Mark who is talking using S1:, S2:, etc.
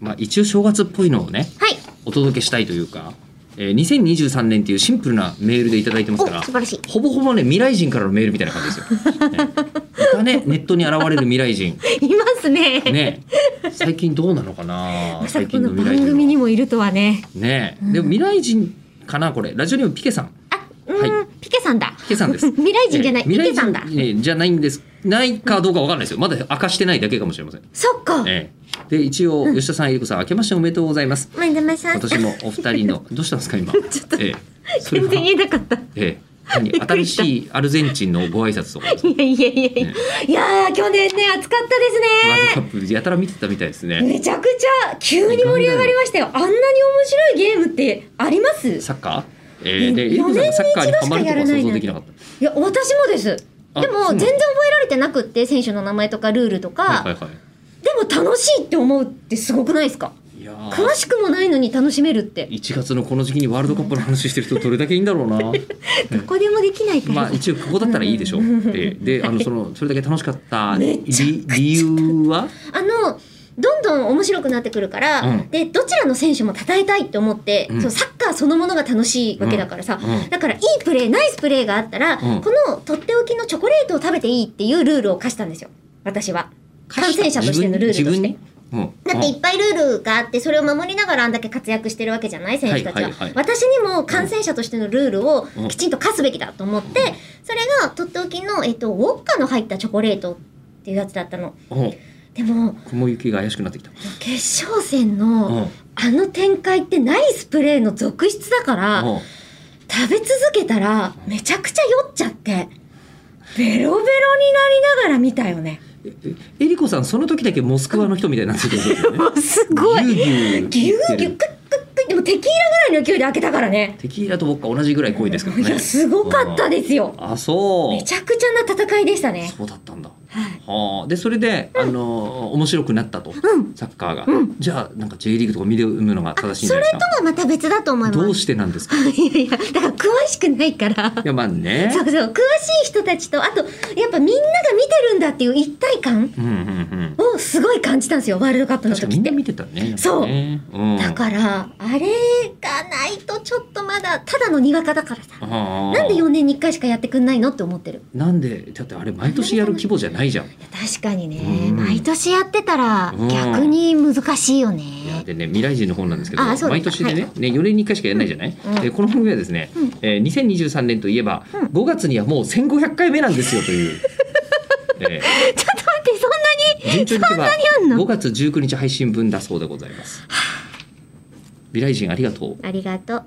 S1: まあ、一応正月っぽいのをね
S2: はい。
S1: お届けしたいというか、えー、2023年っていうシンプルなメールでいただいてます
S2: お、
S1: か
S2: 素
S1: ら
S2: 晴らしい。
S1: ほぼほぼね未来人からのメールみたいな感じです よ。ね、いたねネットに現れる未来人
S2: いますね。
S1: ね最近どうなのかな
S2: まさ
S1: 最
S2: かこ
S1: 近
S2: の
S1: の未
S2: 番
S1: 来
S2: 組に
S1: 人は
S2: もいるとはね。
S1: ねでも未来人かなこれラジオネームピケさん
S2: あ、うーん、
S1: は
S2: ピケさんだ。
S1: ピケさんです。
S2: 未来人じゃない、
S1: ええ
S2: ピ
S1: 未
S2: ケ
S1: 来
S2: さ
S1: 人
S2: んだ。
S1: ええじゃないんです。ないかどうかわかんないですよ。まだ明かしてないだけかもしれません。
S2: そっか。
S1: ええで一応吉田さん、ゆうこさん、明けましておめでとうございます。
S2: 前田前さ
S1: 今
S2: ん。
S1: 年もお二人 のどうしたんですか今。
S2: ちょっと
S1: ええそれ
S2: 全
S1: は
S2: 然言えな かった。
S1: ええ何
S2: びっく
S1: 新
S2: りした
S1: しいアルゼンチンのご挨拶とかですか。
S2: いやいやいやいや、
S1: ね
S2: いやー去年ね暑かったです
S1: ワール
S2: ね
S1: ドカップやたら見てたみたいですね。
S2: めちゃくちゃ急に盛り上がりましたよあんなに面白いゲームってありますい
S1: サッカー。ええで
S2: え
S1: ゆうこさんがサッカーにハマるとかは
S2: 四年
S1: 想
S2: に一度しかやらないなんて
S1: 像できなかった。
S2: や私もです
S1: あ
S2: でも
S1: そうなの
S2: 全然覚えられてなくって選手の名前とかルールとか、
S1: はいはいはい。
S2: でも楽しいって思うってすごくないですか
S1: いや
S2: 詳
S1: ー。
S2: しくもないのに楽しめるって
S1: 1月のこの時期にワールドカップの話してる人どれだけいいんだろうな。
S2: どこでもできないから、
S1: まあ一応ここだったらいいでしょ
S2: うん
S1: ってであのそのそれだけ楽しかった
S2: め
S1: り
S2: ち
S1: 理由は
S2: あのどんどん面白くなってくるから、
S1: うん
S2: でどちらの選手も称えたいって思って、
S1: うん
S2: そうサッカーそのものが楽しいわけだからさ、
S1: うん
S2: だからいいプレーナイスプレーがあったら、
S1: うん
S2: このとっておきのチョコレートを食べていいっていうルールを課したんですよ私は感染者としてのルールと
S1: 自
S2: し
S1: 分
S2: て
S1: に。うん
S2: だっていっぱいルールがあってそれを守りながらあんだけ活躍してるわけじゃない選手たちは,、
S1: はいはいはい
S2: 私にも感染者としてのルールを
S1: うん
S2: きちんと課すべきだと思って、それがとっておきの、えっと、ウォッカの入ったチョコレートっていうやつだったの
S1: うんうん
S2: でも
S1: 雲行きが怪しくなってきた
S2: 決勝戦
S1: う
S2: の
S1: ん
S2: あの展開ってナイスプレーの続出だから
S1: うん
S2: 食べ続けたらめちゃくちゃ酔っちゃってベロベロになりながら見たよね
S1: ええりこさんその時だけモスクワの人みたいになってるん ですよ ね
S2: すごい
S1: ぎゅう
S2: ギ
S1: ぎ
S2: ュ
S1: ゅう言
S2: ウ
S1: ってる
S2: ギュウクックックッでもテキーラぐらいの勢いで開けたからね
S1: テキーラと僕は同じぐらい濃いですけど
S2: い
S1: ね
S2: やすごかったですよ
S1: あそう
S2: めちゃくちゃな戦いでしたね
S1: そうだったんだ
S2: はい
S1: はあでそれであの面白くなったと
S2: うん
S1: サッカーが
S2: うん
S1: じゃあなんか J リーグとか見るのが正しいんじ
S2: そ
S1: ゃ
S2: れ
S1: ない
S2: と
S1: です
S2: はまた別だと思い
S1: か
S2: ます
S1: どうしてなんですか
S2: いやいやだから詳しくないから
S1: いやまあね
S2: そうそう詳しい人たちとあとやっぱみんなが見てるんだっていう一体感
S1: うんうんうん。
S2: をすごい感じたんですよワールドカップの
S1: 確かに
S2: 時
S1: み
S2: っ
S1: んな
S2: て。
S1: 見てたね。
S2: そう
S1: やっぱねうん。
S2: だからあれがないとちょっとまだただのにわかだからさ
S1: ああ
S2: なんで4年に1回しかやってくんないのって思ってる
S1: なんでだってあれ毎年やる規模じゃないじゃん。い
S2: いや確かにね
S1: うん
S2: 毎年やってたら
S1: うん
S2: 逆に難しいよ
S1: や
S2: ね
S1: でね未来人の本なんですけど
S2: あそう
S1: 毎
S2: ですか
S1: 年でね,、ね4年に1回しかやらないじゃない、
S2: うん
S1: えこの番組はですね、
S2: うん
S1: えー、2023年といえば
S2: うん
S1: 5月にはもう1500回目なんですよと いう、え
S2: ちょっと待ってそんな
S1: ー順調にいけば
S2: にあん
S1: 5
S2: の
S1: 月19日配信分だそうでございます。未来人ありがとう
S2: ありがとう